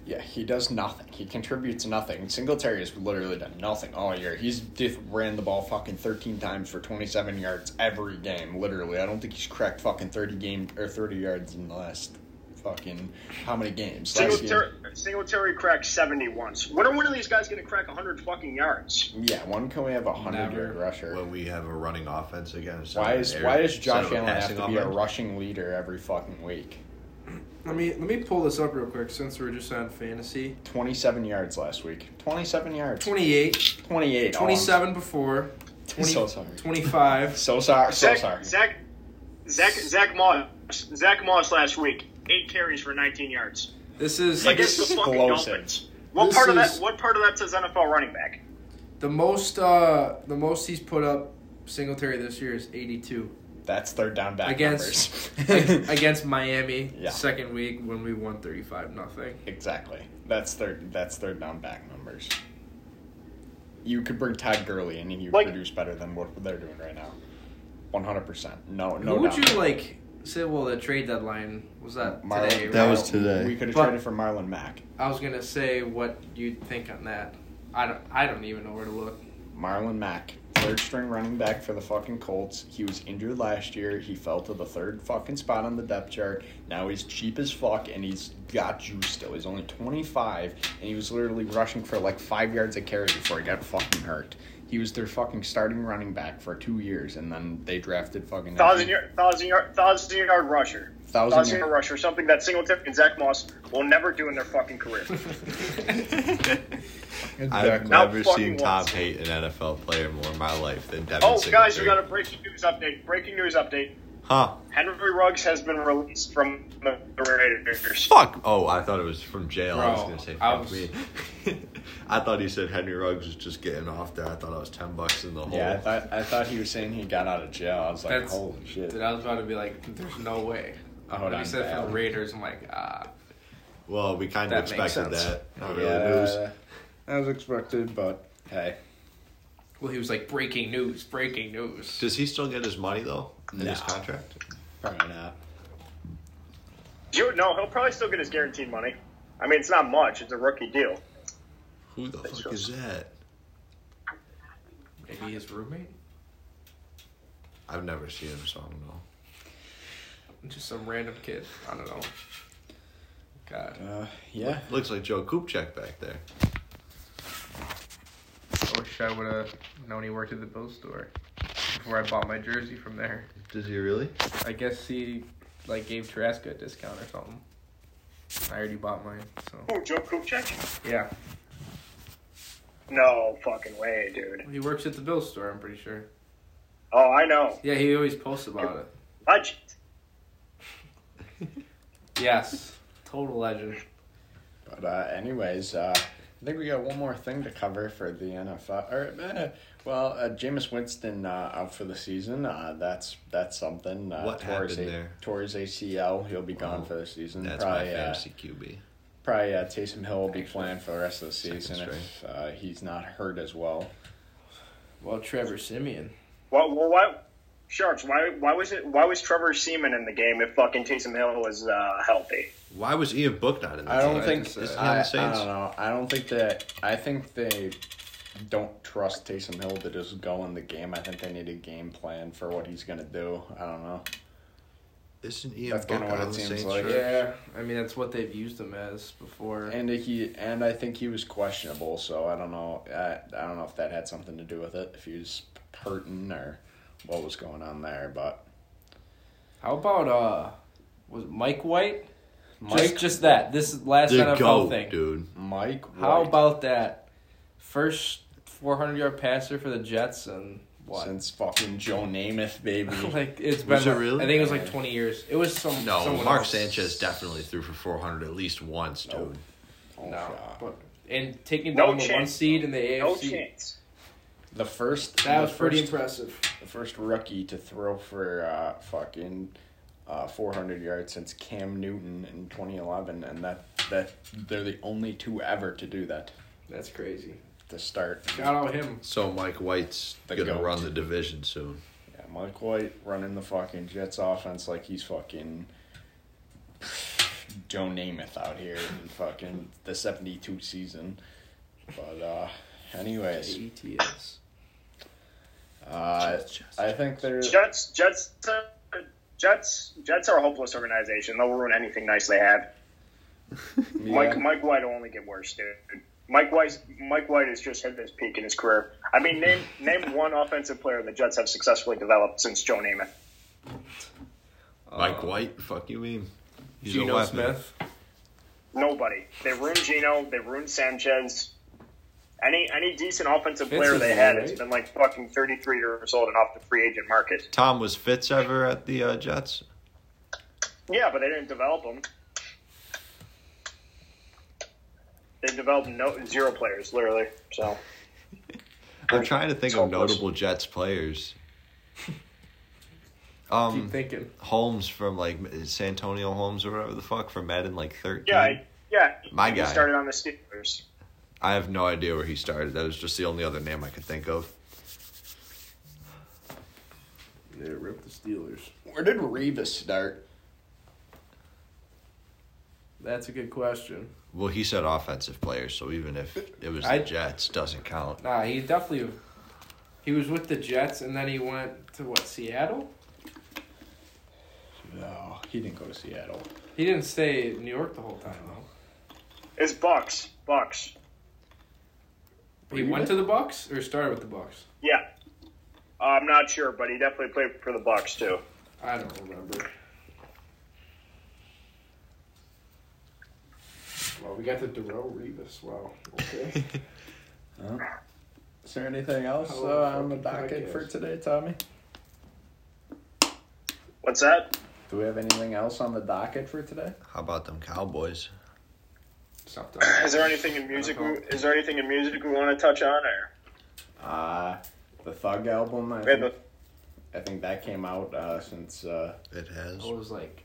Speaker 1: Yeah, he does nothing. He contributes nothing. Singletary has literally done nothing all year. He's diff- ran the ball fucking 13 times for 27 yards every game, literally. I don't think he's cracked fucking 30 game or 30 yards in the last fucking how many games? Last
Speaker 2: Singletary, Singletary cracked 70 once. When are one of these guys going to crack 100 fucking yards?
Speaker 1: game. Yeah, one can we have a 100
Speaker 4: Never.
Speaker 1: yard rusher?
Speaker 3: When we have a running offense again. instead
Speaker 1: Why
Speaker 3: of
Speaker 1: is
Speaker 3: an air-
Speaker 1: why does
Speaker 3: instead
Speaker 1: Josh
Speaker 3: of a
Speaker 1: Allen have
Speaker 3: passing
Speaker 1: to be a
Speaker 3: offense?
Speaker 1: rushing leader every fucking week?
Speaker 5: Let me let me pull this up real quick since we're just on fantasy.
Speaker 1: 27 yards last week. 27 yards.
Speaker 5: 28,
Speaker 1: 28.
Speaker 5: 27 before, 20,
Speaker 1: So sorry.
Speaker 5: 25.
Speaker 1: (laughs) So sorry. So
Speaker 2: Zach,
Speaker 1: sorry.
Speaker 2: Zach, Zach, Zach Moss, Zach Moss last week, eight carries for 19 yards
Speaker 5: This is
Speaker 1: Like,
Speaker 2: against
Speaker 5: this,
Speaker 2: the fucking
Speaker 1: Explosive.
Speaker 2: Dolphins. What
Speaker 5: This
Speaker 2: part of that?
Speaker 5: is-
Speaker 2: What part of that says NFL running back?
Speaker 5: the most uh the most he's put up Singletary this year is
Speaker 1: (laughs)
Speaker 5: 82
Speaker 1: That's third down back
Speaker 5: Against-
Speaker 3: (laughs)
Speaker 1: numbers.
Speaker 5: against Miami
Speaker 1: Yeah.
Speaker 5: second week when we won 35 nothing.
Speaker 1: Exactly. That's third. That's third down back numbers. You could bring Todd Gurley in and you
Speaker 2: Like-
Speaker 1: produce better than what they're doing right now. One hundred percent. No, no.
Speaker 5: Who would
Speaker 1: doubt.
Speaker 5: you like say well the trade deadline was that
Speaker 1: Marlon-
Speaker 5: today?
Speaker 3: That
Speaker 5: right?
Speaker 3: was today.
Speaker 1: We could have
Speaker 5: But-
Speaker 1: traded for Marlon Mack.
Speaker 5: I was going to say what you'd think on that. I don't I don't even know where to look.
Speaker 1: Marlon Mack, third string running back for the fucking Colts. He was injured last year. He fell to the third fucking spot on the depth chart. Now he's cheap as fuck and he's got juice still. He's only 25 and he was literally rushing for like five yards a carry before he got fucking hurt. He was their fucking starting running back for two years and then they drafted fucking
Speaker 2: Thousand yard, thousand yard, thousand yard rusher,
Speaker 1: Thousand
Speaker 2: thousand
Speaker 1: yard-
Speaker 2: yard rusher. Something that Singletary and Zach Moss will never do in their fucking career.
Speaker 3: I've
Speaker 1: Exactly.
Speaker 2: Not
Speaker 3: never
Speaker 2: fucking
Speaker 3: seen Tom
Speaker 2: once.
Speaker 3: hate an NFL player more in my life than Devin
Speaker 2: oh,
Speaker 3: Singletary.
Speaker 2: guys, we got a breaking news update. Breaking news update:
Speaker 3: Huh?
Speaker 2: Henry Ruggs has been released from the Raiders.
Speaker 3: Fuck! Oh, I thought it was from jail. I was
Speaker 4: Bro,
Speaker 3: gonna say fuck
Speaker 4: I was-
Speaker 3: me. (laughs) I thought he said Henry Ruggs was just getting off there. I thought I was ten bucks in the hole.
Speaker 1: Yeah, I thought, I thought he was saying he got out of jail. I was like,
Speaker 5: That's-
Speaker 1: holy shit.
Speaker 4: Dude, I was about to be like, there's no way.
Speaker 1: Oh,
Speaker 4: When
Speaker 1: I'm
Speaker 4: you said
Speaker 1: bad.
Speaker 4: for the Raiders, I'm like, ah.
Speaker 3: well, we kind of
Speaker 5: That makes
Speaker 3: expected
Speaker 5: sense.
Speaker 3: that. Not really news.
Speaker 1: yeah, as expected, but hey.
Speaker 5: Well, he was like breaking news, breaking news.
Speaker 3: Does he still get his money though in his
Speaker 1: No.
Speaker 3: contract?
Speaker 1: Probably not.
Speaker 2: You no, he'll probably still get his guaranteed money. I mean, it's not much. It's a rookie deal.
Speaker 3: Who the fuck is that?
Speaker 5: Maybe his roommate?
Speaker 3: I've never seen him, so I don't know.
Speaker 5: Just some random kid. I don't know. God.
Speaker 1: Uh, yeah.
Speaker 3: Looks like Joe Kupchak back there.
Speaker 5: I wish I would have known he worked at the Bill store before I bought my jersey from there.
Speaker 3: Does he really?
Speaker 5: I guess he like gave Tarasco a discount or something. I already bought mine, so
Speaker 2: Who, Joe Kupchak?
Speaker 5: yeah.
Speaker 2: No fucking way, dude.
Speaker 5: He works at the Bill store, I'm pretty sure.
Speaker 2: Oh, I know.
Speaker 5: Yeah, he always posts about it.
Speaker 2: Legend.
Speaker 5: Yes, total legend.
Speaker 1: But uh, anyways, uh, I think we got one more thing to cover for the NFL. Or uh, well, uh, Jameis Winston uh, out for the season. Uh, that's that's something. Uh,
Speaker 3: What
Speaker 1: tore his
Speaker 3: happened
Speaker 1: A-
Speaker 3: there?
Speaker 1: Tore his ACL. He'll be gone
Speaker 3: Wow.
Speaker 1: for the season.
Speaker 3: That's
Speaker 1: probably,
Speaker 3: my
Speaker 1: uh,
Speaker 3: fantasy QB.
Speaker 1: probably uh, Taysom Hill will be playing for the rest of the
Speaker 3: Second
Speaker 1: season if uh, he's not hurt as well.
Speaker 5: Well, Trevor Simeon.
Speaker 2: Well, well, why, Sharks? Why, why was it? Why was Trevor Seaman in the game if fucking Taysom Hill was uh, healthy?
Speaker 3: Why was Ian Book not in the
Speaker 1: I don't
Speaker 3: team?
Speaker 1: think
Speaker 3: Isn't he on
Speaker 1: I,
Speaker 3: the
Speaker 1: I
Speaker 3: Saints?
Speaker 1: don't know. I don't think that I think they don't trust Taysom Hill to just go in the game. I think they need a game plan for what he's gonna do. I don't know.
Speaker 3: Isn't Ian
Speaker 1: That's
Speaker 3: Book
Speaker 1: kinda what
Speaker 3: on
Speaker 1: it
Speaker 3: the
Speaker 1: seems
Speaker 3: Saints?
Speaker 1: like.
Speaker 3: right?
Speaker 5: Yeah, I mean that's what they've used him as before.
Speaker 1: And he and I think he was questionable, so I don't know. I, I don't know if that had something to do with it. If he was hurting or what was going on there, but
Speaker 5: How about uh, was it Mike White?
Speaker 1: Mike
Speaker 5: Just just that. This is last
Speaker 3: The
Speaker 5: NFL
Speaker 3: goat,
Speaker 5: thing.
Speaker 3: dude.
Speaker 1: Mike. White,
Speaker 5: How about that? First 400 yard passer for the Jets and what?
Speaker 1: since fucking Joe Namath, baby?
Speaker 5: (laughs) like it's been.
Speaker 3: Was it really?
Speaker 5: I think it was like 20 years. It was some.
Speaker 3: No,
Speaker 5: someone
Speaker 3: Mark
Speaker 5: else.
Speaker 3: Sanchez definitely threw for 400 at least once, dude.
Speaker 1: Nope. Oh,
Speaker 5: No,
Speaker 1: God.
Speaker 5: but and taking
Speaker 2: No
Speaker 5: down the one
Speaker 2: chance.
Speaker 5: seed in the AFC.
Speaker 2: No chance.
Speaker 1: The first
Speaker 5: That
Speaker 1: the
Speaker 5: was pretty
Speaker 1: first-
Speaker 5: impressive.
Speaker 1: the first rookie to throw for uh, fucking uh, 400 yards since Cam Newton in 2011, and that that they're the only two ever to do that
Speaker 5: That's crazy.
Speaker 1: to start. Yeah,
Speaker 5: Shout out him.
Speaker 3: So Mike White's
Speaker 1: The
Speaker 3: going to
Speaker 1: goat.
Speaker 3: run the division soon.
Speaker 1: Mike White running the fucking Jets offense like he's fucking Joe Namath out here in fucking the 72 season. But uh, anyways,
Speaker 5: E ETS.
Speaker 1: uh, I think there's
Speaker 2: Jets, Jets, uh, Jets, Jets are a hopeless organization. They'll ruin anything nice they have. Mike Mike White will only get worse, dude. Mike White Mike White has just hit his peak in his career. I mean, name name one offensive player the Jets have successfully developed since Joe Namath.
Speaker 1: Uh,
Speaker 3: Mike White? Fuck you mean? He's a
Speaker 5: Geno
Speaker 3: weapon.
Speaker 5: Smith.
Speaker 2: Nobody. They ruined Gino. They ruined Sanchez. Any any decent offensive
Speaker 5: Fitz
Speaker 2: player
Speaker 5: is
Speaker 2: they
Speaker 5: there,
Speaker 2: had, it's
Speaker 5: right?
Speaker 2: been like fucking thirty three years old and off the free agent market.
Speaker 3: Tom, was Fitz ever at the uh, Jets?
Speaker 2: Yeah, but they didn't develop them. They developed no zero players, literally. So
Speaker 3: I'm trying to think of
Speaker 2: Hopeless.
Speaker 3: notable Jets players.
Speaker 5: Keep
Speaker 3: Um,
Speaker 5: thinking.
Speaker 3: Holmes from like Santonio Holmes or whatever the fuck from Madden like 13.
Speaker 2: yeah,
Speaker 5: Hmm.
Speaker 2: I, yeah.
Speaker 3: My
Speaker 2: he
Speaker 3: guy.
Speaker 2: started on the Steelers.
Speaker 3: I have no idea where he started. That was just the only other name I could think of.
Speaker 5: They ripped the Steelers.
Speaker 1: where did Revis start?
Speaker 5: That's a good question.
Speaker 3: Well, he said offensive players, so even if it was
Speaker 5: I-
Speaker 3: the Jets, doesn't count.
Speaker 5: Nah, he definitely. He was with the Jets and then he went to what Seattle.
Speaker 1: No, he didn't go to Seattle.
Speaker 5: He didn't stay in New York the whole time though.
Speaker 2: It's Bucks. Bucks.
Speaker 5: He went to the Bucks or started with the Bucks.
Speaker 2: Yeah. Uh, I'm not sure, but he definitely played for the Bucks too.
Speaker 5: I don't remember. Well, we got the Darrell Revis. Wow. Okay.
Speaker 1: Is there anything else
Speaker 5: How
Speaker 1: uh, on the
Speaker 5: fucking
Speaker 1: docket
Speaker 5: podcast.
Speaker 1: for today, Tommy?
Speaker 2: What's that?
Speaker 1: Do we have anything else on the docket for today?
Speaker 3: How about them Cowboys?
Speaker 5: (laughs) Something.
Speaker 2: Is there anything in music? We, is there anything in music we want to touch on? Or
Speaker 1: Uh, the Thug album. I
Speaker 2: we had the,
Speaker 1: think, I think that came out uh, since uh,
Speaker 3: It has.
Speaker 5: It was like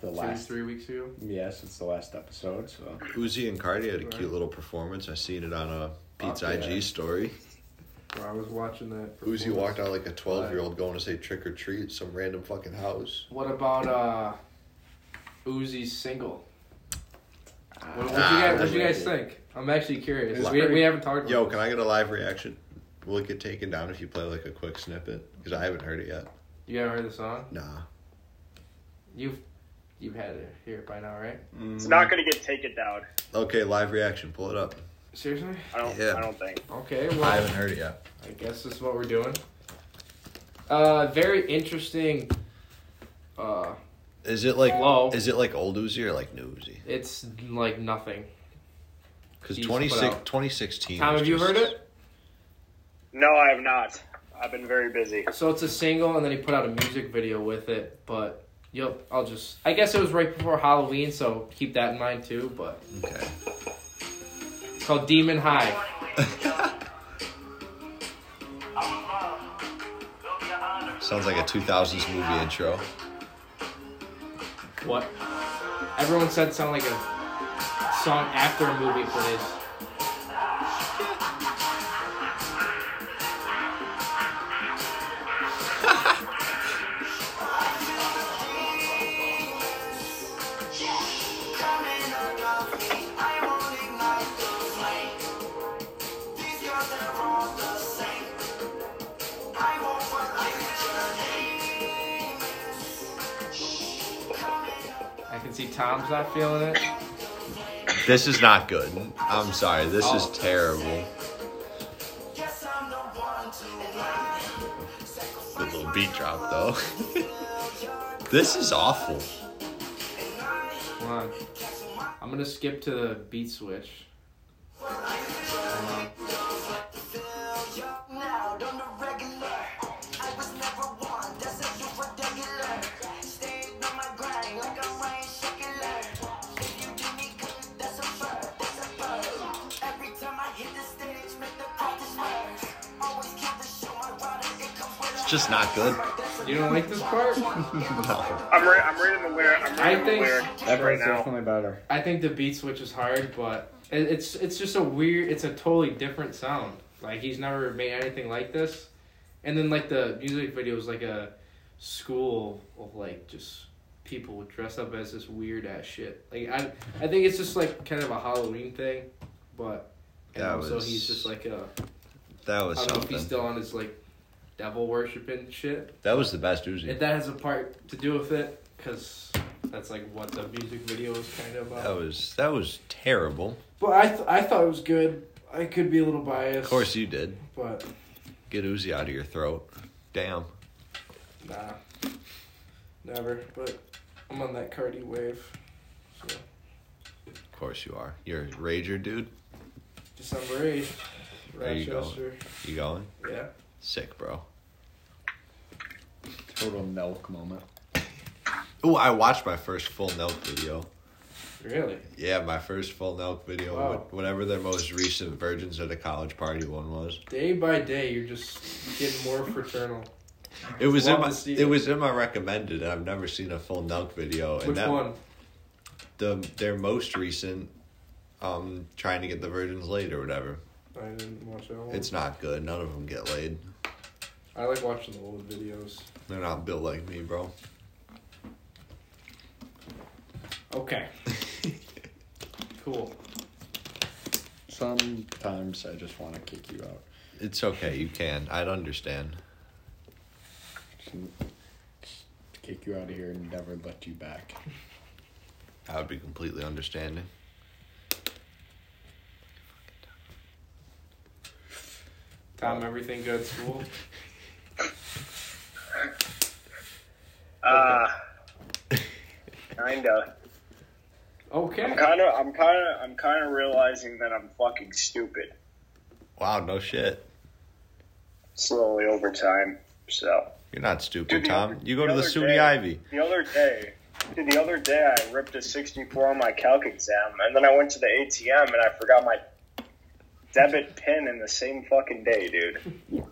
Speaker 1: the
Speaker 5: two,
Speaker 1: last.
Speaker 5: three weeks ago.
Speaker 1: Yeah, since the last episode. So
Speaker 3: Uzi and Cardi had a cute little performance. I seen it on a Pete's
Speaker 1: Fuck yeah.
Speaker 3: IG story.
Speaker 5: Bro, I was watching that.
Speaker 3: Uzi
Speaker 5: performance.
Speaker 3: walked out like a 12 year old going to say trick or treat, some random fucking house.
Speaker 5: What about uh, Uzi's single? What, what, you
Speaker 3: Ah,
Speaker 5: guys, what you guys
Speaker 1: wicked.
Speaker 5: think? I'm actually curious.
Speaker 3: It's
Speaker 5: We,
Speaker 3: pretty-
Speaker 5: we haven't talked.
Speaker 3: Yo,
Speaker 5: about
Speaker 3: can I get a live reaction? Will it get taken down if you play like a quick snippet? Because I haven't heard it yet.
Speaker 5: you haven't heard the song?
Speaker 3: Nah.
Speaker 5: You've you've had it here by now, right?
Speaker 1: Mm,
Speaker 2: it's not going to get taken down.
Speaker 3: Okay, live reaction. Pull it up.
Speaker 5: Seriously?
Speaker 2: I don't.
Speaker 3: Yeah.
Speaker 2: I don't think.
Speaker 5: Okay.
Speaker 3: I
Speaker 5: Well,
Speaker 3: haven't heard it yet.
Speaker 5: I guess this is what we're doing. Uh, very interesting. Uh,
Speaker 3: Is it like
Speaker 5: Hello?
Speaker 3: is it like old Uzi or like new Uzi?
Speaker 5: it's like nothing.
Speaker 3: Because
Speaker 5: He's
Speaker 3: 26,
Speaker 5: put out-
Speaker 3: 2016.
Speaker 5: Tom,
Speaker 3: was
Speaker 5: have you
Speaker 3: just-
Speaker 5: heard it?
Speaker 2: No, I have not.
Speaker 5: Oh,
Speaker 2: I've been very busy.
Speaker 5: So it's a single, and then he put out a music video with it. But yep, I'll just. I guess it was right before Halloween, so keep that in mind too. But
Speaker 3: Okay.
Speaker 5: it's called Demon High.
Speaker 3: Sounds like a 2000s movie intro.
Speaker 5: What? Everyone said it sounded like a song after a movie plays. I can see Tom's not feeling it.
Speaker 3: This is not good. I'm sorry. This is
Speaker 5: Oh.
Speaker 3: terrible. The little beat drop, though. (laughs) this is awful.
Speaker 5: Hold on. I'm gonna skip to the beat switch. Hold on.
Speaker 3: It's just not good.
Speaker 5: You don't like this part?
Speaker 3: No.
Speaker 2: I'm, re- I'm reading the lyric. I'm
Speaker 5: I
Speaker 2: reading the
Speaker 5: think (laughs)
Speaker 2: lyric
Speaker 1: That
Speaker 2: right
Speaker 1: part's
Speaker 2: now.
Speaker 1: definitely better.
Speaker 5: I think the beat switch is hard, but it, it's it's just a weird. It's a totally different sound. Like he's never made anything like this. And then like the music video is like a school of like just people dressed up as this weird ass shit. Like I I think it's just like kind of a Halloween thing, but and
Speaker 3: That
Speaker 5: also
Speaker 3: was
Speaker 5: he's just like a
Speaker 3: That
Speaker 5: I
Speaker 3: was
Speaker 5: don't know if he's
Speaker 3: something.
Speaker 5: still on his like devil worshiping shit.
Speaker 3: That was the best
Speaker 5: If
Speaker 3: Uzi.
Speaker 5: that has a part to do with it, because that's like what the music video is kind of about.
Speaker 3: That was that was terrible.
Speaker 5: But I, th- I thought it was good. I could be a little biased.
Speaker 3: Of course you did.
Speaker 5: But
Speaker 3: Get Uzi out of your throat. Damn.
Speaker 5: nah. Never. But I'm on that Cardi wave. So
Speaker 3: Of course you are. You're a rager, dude.
Speaker 5: December 8th.
Speaker 3: There you go.
Speaker 5: Rochester.
Speaker 3: You going?
Speaker 5: Yeah.
Speaker 3: Sick, bro.
Speaker 1: Total milk moment.
Speaker 3: Ooh, I watched my first full Nelk video.
Speaker 5: Really?
Speaker 3: Yeah, my first full Nelk video.
Speaker 5: Wow.
Speaker 3: wh- Whatever their most recent Virgins at a College Party one was.
Speaker 5: Day by day, you're just getting more
Speaker 3: (laughs)
Speaker 5: fraternal.
Speaker 3: It was
Speaker 5: Love
Speaker 3: in my
Speaker 5: to see
Speaker 3: it.
Speaker 5: it.
Speaker 3: was in my recommended, and I've never seen a full Nelk video. and
Speaker 5: Which
Speaker 3: that,
Speaker 5: one?
Speaker 3: The their most recent, um, trying to get the Virgins laid or whatever.
Speaker 5: I didn't watch that one.
Speaker 3: It's not good. None of them get laid.
Speaker 5: I like watching the old videos.
Speaker 3: They're not built like me, bro. (laughs)
Speaker 5: Okay. cool.
Speaker 1: Sometimes I just want to kick you out.
Speaker 3: It's okay. You can. I'd understand.
Speaker 1: Kick you out of here and never let you back.
Speaker 3: I would be completely understanding.
Speaker 5: Tom, everything good
Speaker 3: (laughs)
Speaker 5: at school?
Speaker 2: Uh, kinda.
Speaker 5: Okay.
Speaker 2: Kinda. I'm kinda. I'm kinda realizing that I'm fucking stupid
Speaker 3: Wow. No shit.
Speaker 2: slowly over time. So.
Speaker 3: You're not
Speaker 2: Dude,
Speaker 3: stupid,
Speaker 2: the
Speaker 3: Tom.
Speaker 2: other-
Speaker 3: You go
Speaker 2: the
Speaker 3: to the
Speaker 2: other
Speaker 3: SUNY
Speaker 2: day-
Speaker 3: Ivy.
Speaker 2: The other day, dude, the other day I ripped a 64 on my calc exam, and then I went to the ATM and I forgot my debit pin in the same fucking day, dude.
Speaker 5: You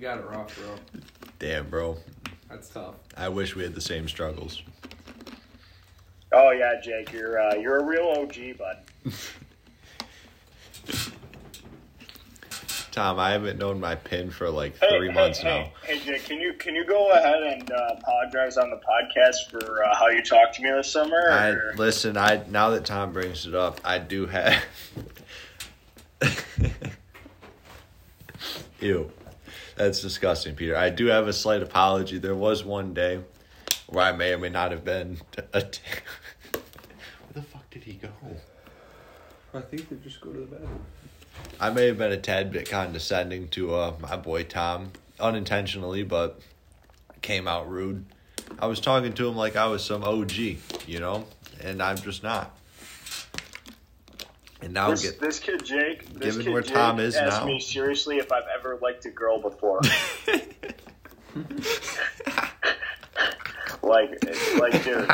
Speaker 5: got it rough, bro.
Speaker 3: Damn, bro.
Speaker 5: That's tough.
Speaker 3: I wish we had the same struggles.
Speaker 2: Oh yeah, Jake, you're uh, you're a real OG, bud.
Speaker 3: Tom, I haven't known my pin for like
Speaker 2: Hey,
Speaker 3: three
Speaker 2: hey,
Speaker 3: months
Speaker 2: hey, Hey, Jake, can you can you go ahead and uh, apologize on the podcast for uh, how you talked to me this summer?
Speaker 3: now. I
Speaker 2: or-
Speaker 3: listen. I now that Tom brings it up, I do have. (laughs) Ew, that's disgusting, Peter. I do have a slight apology. There was one day where I may or may not have been. (laughs) A t- Where the fuck did he go?
Speaker 1: I think they just go to the bathroom.
Speaker 3: I may have been a tad bit condescending to uh, my boy Tom unintentionally, but came out rude. I was talking to him like I was some OG, you know, and I'm just not. And now
Speaker 2: this,
Speaker 3: get
Speaker 2: this kid Jake, this
Speaker 3: Given
Speaker 2: kid
Speaker 3: where
Speaker 2: Jake
Speaker 3: Tom is
Speaker 2: asked
Speaker 3: now.
Speaker 2: me seriously if I've ever liked a girl
Speaker 3: (laughs)
Speaker 2: before. (laughs) like, it's like, dude.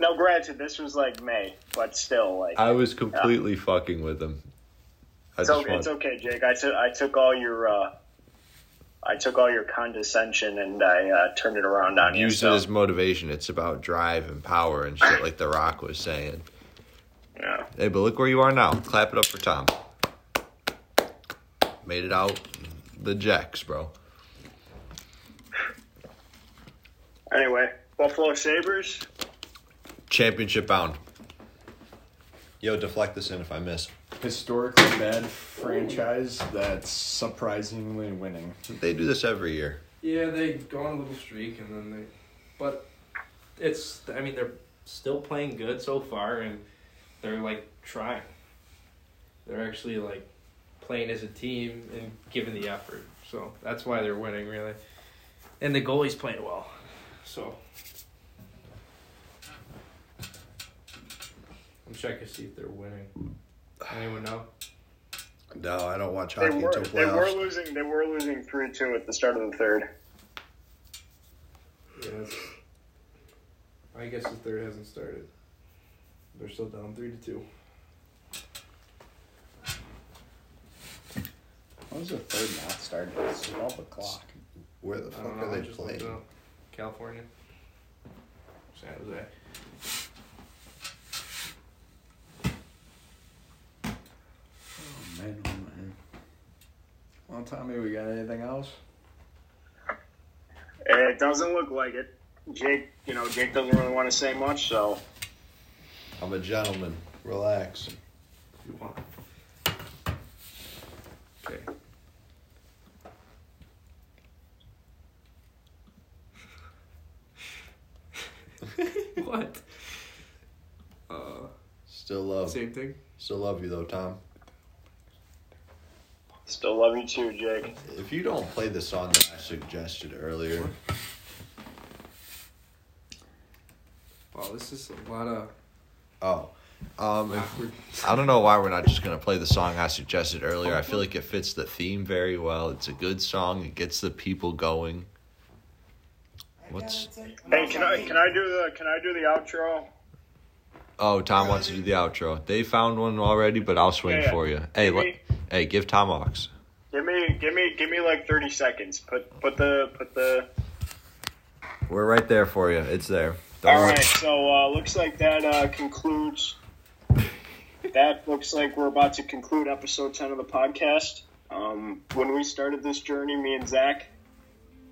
Speaker 2: Now, granted, this was like May, but still, like,
Speaker 3: I was completely fucking with him. I
Speaker 2: it's,
Speaker 3: just
Speaker 2: okay,
Speaker 3: want-
Speaker 2: it's okay, Jake. I took I took all your uh, I took all your condescension and I uh, turned it around on you.
Speaker 3: use
Speaker 2: So,
Speaker 3: it as motivation. It's about drive and power and shit, like The Rock was saying.
Speaker 2: yeah.
Speaker 3: Hey, but look where you are now. Clap it up for Tom. Made it out the jacks, bro.
Speaker 2: Anyway, Buffalo Sabers.
Speaker 3: Championship bound. Yo, deflect this in if I miss.
Speaker 1: Historically bad franchise that's surprisingly winning.
Speaker 3: They do this every year.
Speaker 5: Yeah, they go on a little streak and then they, but
Speaker 4: It's I mean they're still playing good so far and they're like trying. They're actually like playing as a team and giving the effort. So that's why they're winning really. And the goalie's playing well. So I'm checking to see if they're winning. Anyone know?
Speaker 3: No, I don't watch
Speaker 2: They
Speaker 3: hockey
Speaker 2: were
Speaker 3: until
Speaker 2: they were
Speaker 3: playoffs.
Speaker 2: losing they were losing three two at the start of the third.
Speaker 5: yeah, it's, I guess the third hasn't started. They're still down three to two.
Speaker 1: What was the third not started? It's 12 o'clock.
Speaker 3: Where the
Speaker 5: I
Speaker 3: fuck
Speaker 5: don't know.
Speaker 3: are
Speaker 5: I
Speaker 3: they
Speaker 5: just looked it
Speaker 3: playing?
Speaker 5: up. California, San Jose.
Speaker 1: Oh, man, oh, man. Well, Tommy, we got anything else?
Speaker 2: It doesn't look like it. Jake, you know, Jake doesn't really want to say much, so
Speaker 3: I'm a gentleman. Relax.
Speaker 5: You want? Okay. (laughs)
Speaker 4: what?
Speaker 5: Uh,
Speaker 3: Still love.
Speaker 5: same thing.
Speaker 3: Still love you though, Tom.
Speaker 2: still love you too, Jake.
Speaker 3: If you don't play the song that I suggested earlier,
Speaker 5: Wow, this is a lot of
Speaker 3: oh, um, if
Speaker 5: awkward.
Speaker 3: I don't know why we're not just gonna play the song I suggested earlier. I feel like it fits the theme very well. It's a good song. It gets the people going. What's
Speaker 2: Hey, can I can I do the can I do the outro?
Speaker 3: oh Tom wants to do the outro. They found one already, but I'll swing
Speaker 2: Yeah.
Speaker 3: for you. Hey, let, hey, give Tom Ox.
Speaker 2: Give me give me give me like thirty seconds. Put put the put the
Speaker 3: We're right there for you. It's there. Don't
Speaker 2: All
Speaker 3: worry.
Speaker 2: right, so uh, looks like that uh, concludes. That looks like we're about to conclude episode ten of the podcast. Um, when we started this journey, me and Zach,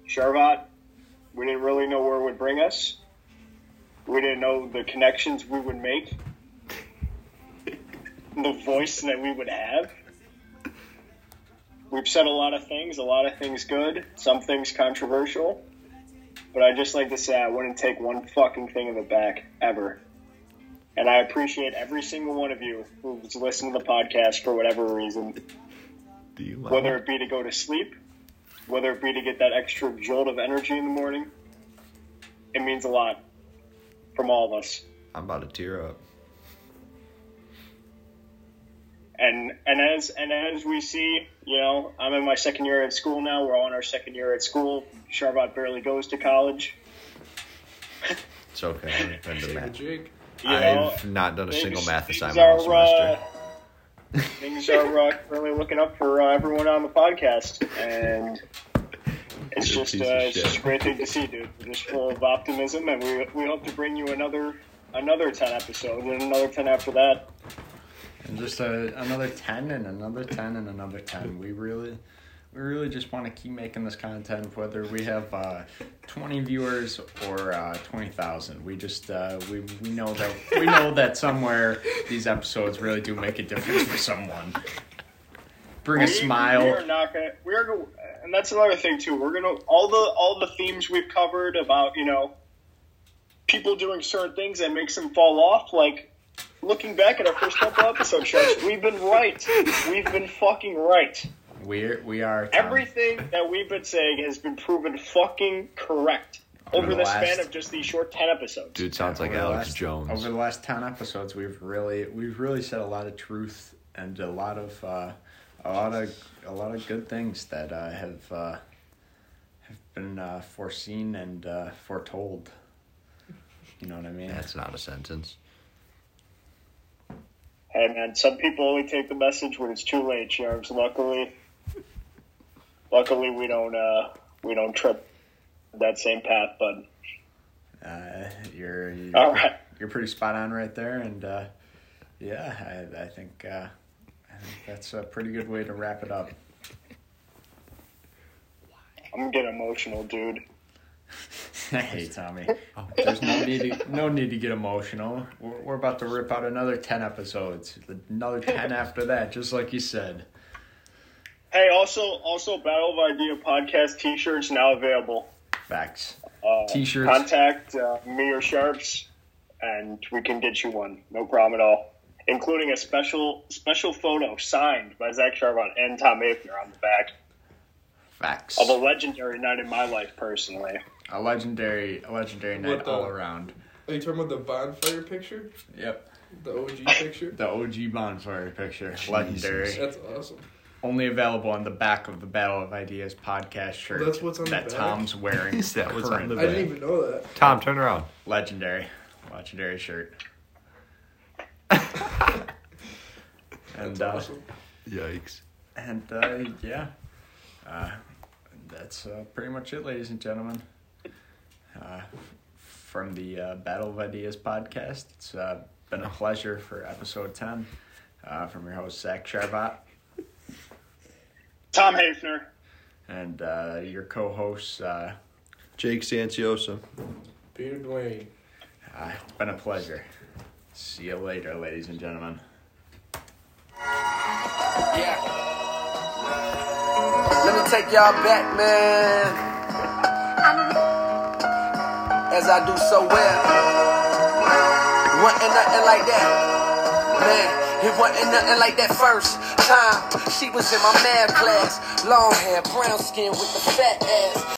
Speaker 2: Sharvat, we didn't really know where it would bring us. We didn't know the connections we would make, (laughs) the voice that we would have. We've said a lot of things, a lot of things good, some things controversial. But I just like to say I wouldn't take one fucking thing in the back ever. And I appreciate every single one of you who's listened to the podcast for whatever reason,
Speaker 3: Do you mind?
Speaker 2: whether it be to go to sleep, whether it be to get that extra jolt of energy in the morning. It means a lot from all of us.
Speaker 3: I'm about to tear up.
Speaker 2: And and as and as we see, you know, I'm in my second year at school now. We're all in our second year at school. Charvat barely goes to college.
Speaker 3: It's okay. I haven't been to math.
Speaker 5: Jake.
Speaker 2: You know,
Speaker 3: I've not done a single
Speaker 2: Things-
Speaker 3: math
Speaker 2: things
Speaker 3: assignment all
Speaker 2: are, uh,
Speaker 3: semester.
Speaker 2: things are uh, really looking up for uh, everyone on the podcast, and it's
Speaker 3: You're a
Speaker 2: just uh,
Speaker 3: piece of
Speaker 2: it's
Speaker 3: shit.
Speaker 2: just a great thing to see, dude. We're just full of optimism, and we we hope to bring you another another ten episodes and another ten after that.
Speaker 1: And just uh another 10 and another 10 and another 10. We really. We really just want to keep making this content, whether we have uh, 20 viewers or uh, 20,000. We just uh, we, we know that we know that somewhere these episodes really do make a difference for someone. Bring a
Speaker 2: We- We are
Speaker 1: smile.
Speaker 2: not gonna. We are, go- and that's another thing too. We're gonna all the all the themes we've covered about you know people doing certain things that makes them fall off. Like looking back at our first couple episodes, Sharks, we've been right. We've been fucking right.
Speaker 1: We're we are Tom.
Speaker 2: Everything that we've been saying has been proven fucking correct. over
Speaker 3: the
Speaker 2: the, span
Speaker 3: last-
Speaker 2: of just these short 10 episodes.
Speaker 3: Dude sounds like
Speaker 1: Over the
Speaker 3: Alex
Speaker 1: last-
Speaker 3: Jones.
Speaker 1: Over the last ten episodes, we've really we've really said a lot of truth and a lot of uh, a lot of a lot of good things that uh, have uh, have been uh, foreseen and uh, foretold. You know what I mean?
Speaker 3: That's not a sentence.
Speaker 2: Hey, man, some people only take the message when it's too late, Jerms. Luckily, luckily we don't uh, we don't trip that same path, bud.
Speaker 1: Uh, you're you're,
Speaker 2: All right.
Speaker 1: you're pretty spot on right there, and uh, yeah, I I think uh, I think that's a pretty good way to wrap it up.
Speaker 2: I'm getting emotional, dude.
Speaker 1: hey
Speaker 5: (laughs)
Speaker 1: Tommy, Oh, there's no need to, no need to get emotional. We're, we're about to rip out another ten episodes, another ten after that, just like you said.
Speaker 2: Hey, also, also, Battle of Idea podcast T-shirts now available.
Speaker 1: Facts.
Speaker 2: Uh,
Speaker 1: T-shirts.
Speaker 2: Contact uh, me or Sharps, and we can get you one. No problem at all. Including a special special photo signed by Zach Charbon and Tom Apner on the back
Speaker 1: Facts.
Speaker 2: of a legendary night in my life, personally.
Speaker 1: A legendary, a legendary night
Speaker 5: What the-
Speaker 1: all around.
Speaker 5: Are you talking about the bonfire picture?
Speaker 1: Yep.
Speaker 5: The OG picture?
Speaker 1: The OG bonfire picture, legendary.
Speaker 5: That's awesome.
Speaker 1: Only available on the back of the Battle of Ideas podcast shirt.
Speaker 5: That's what's on the
Speaker 1: that
Speaker 5: back?
Speaker 1: Tom's
Speaker 5: (laughs)
Speaker 1: wearing.
Speaker 3: Is that what's on the
Speaker 5: I
Speaker 1: currently.
Speaker 5: didn't even know that.
Speaker 3: Tom, turn around.
Speaker 1: legendary, legendary
Speaker 5: (laughs)
Speaker 1: shirt. and
Speaker 5: That's
Speaker 1: uh,
Speaker 5: awesome.
Speaker 3: Yikes.
Speaker 1: and uh, yeah, uh, that's uh, pretty much it, ladies and gentlemen. Uh, from the uh, Battle of Ideas podcast, it's uh, been a pleasure for episode ten. Uh, from your host Zach Charbot
Speaker 2: Tom Hafner.
Speaker 1: and uh, your co-hosts. Uh,
Speaker 3: Jake Sanciosa.
Speaker 5: Peter Blaine.
Speaker 1: uh, it's been a pleasure. See you later, ladies and gentlemen.
Speaker 6: Let me take y'all back, man. As I do so well. Wasn't nothing like that. Man, it wasn't nothing like that first time. She was in my math class. Long hair, brown skin with the fat ass.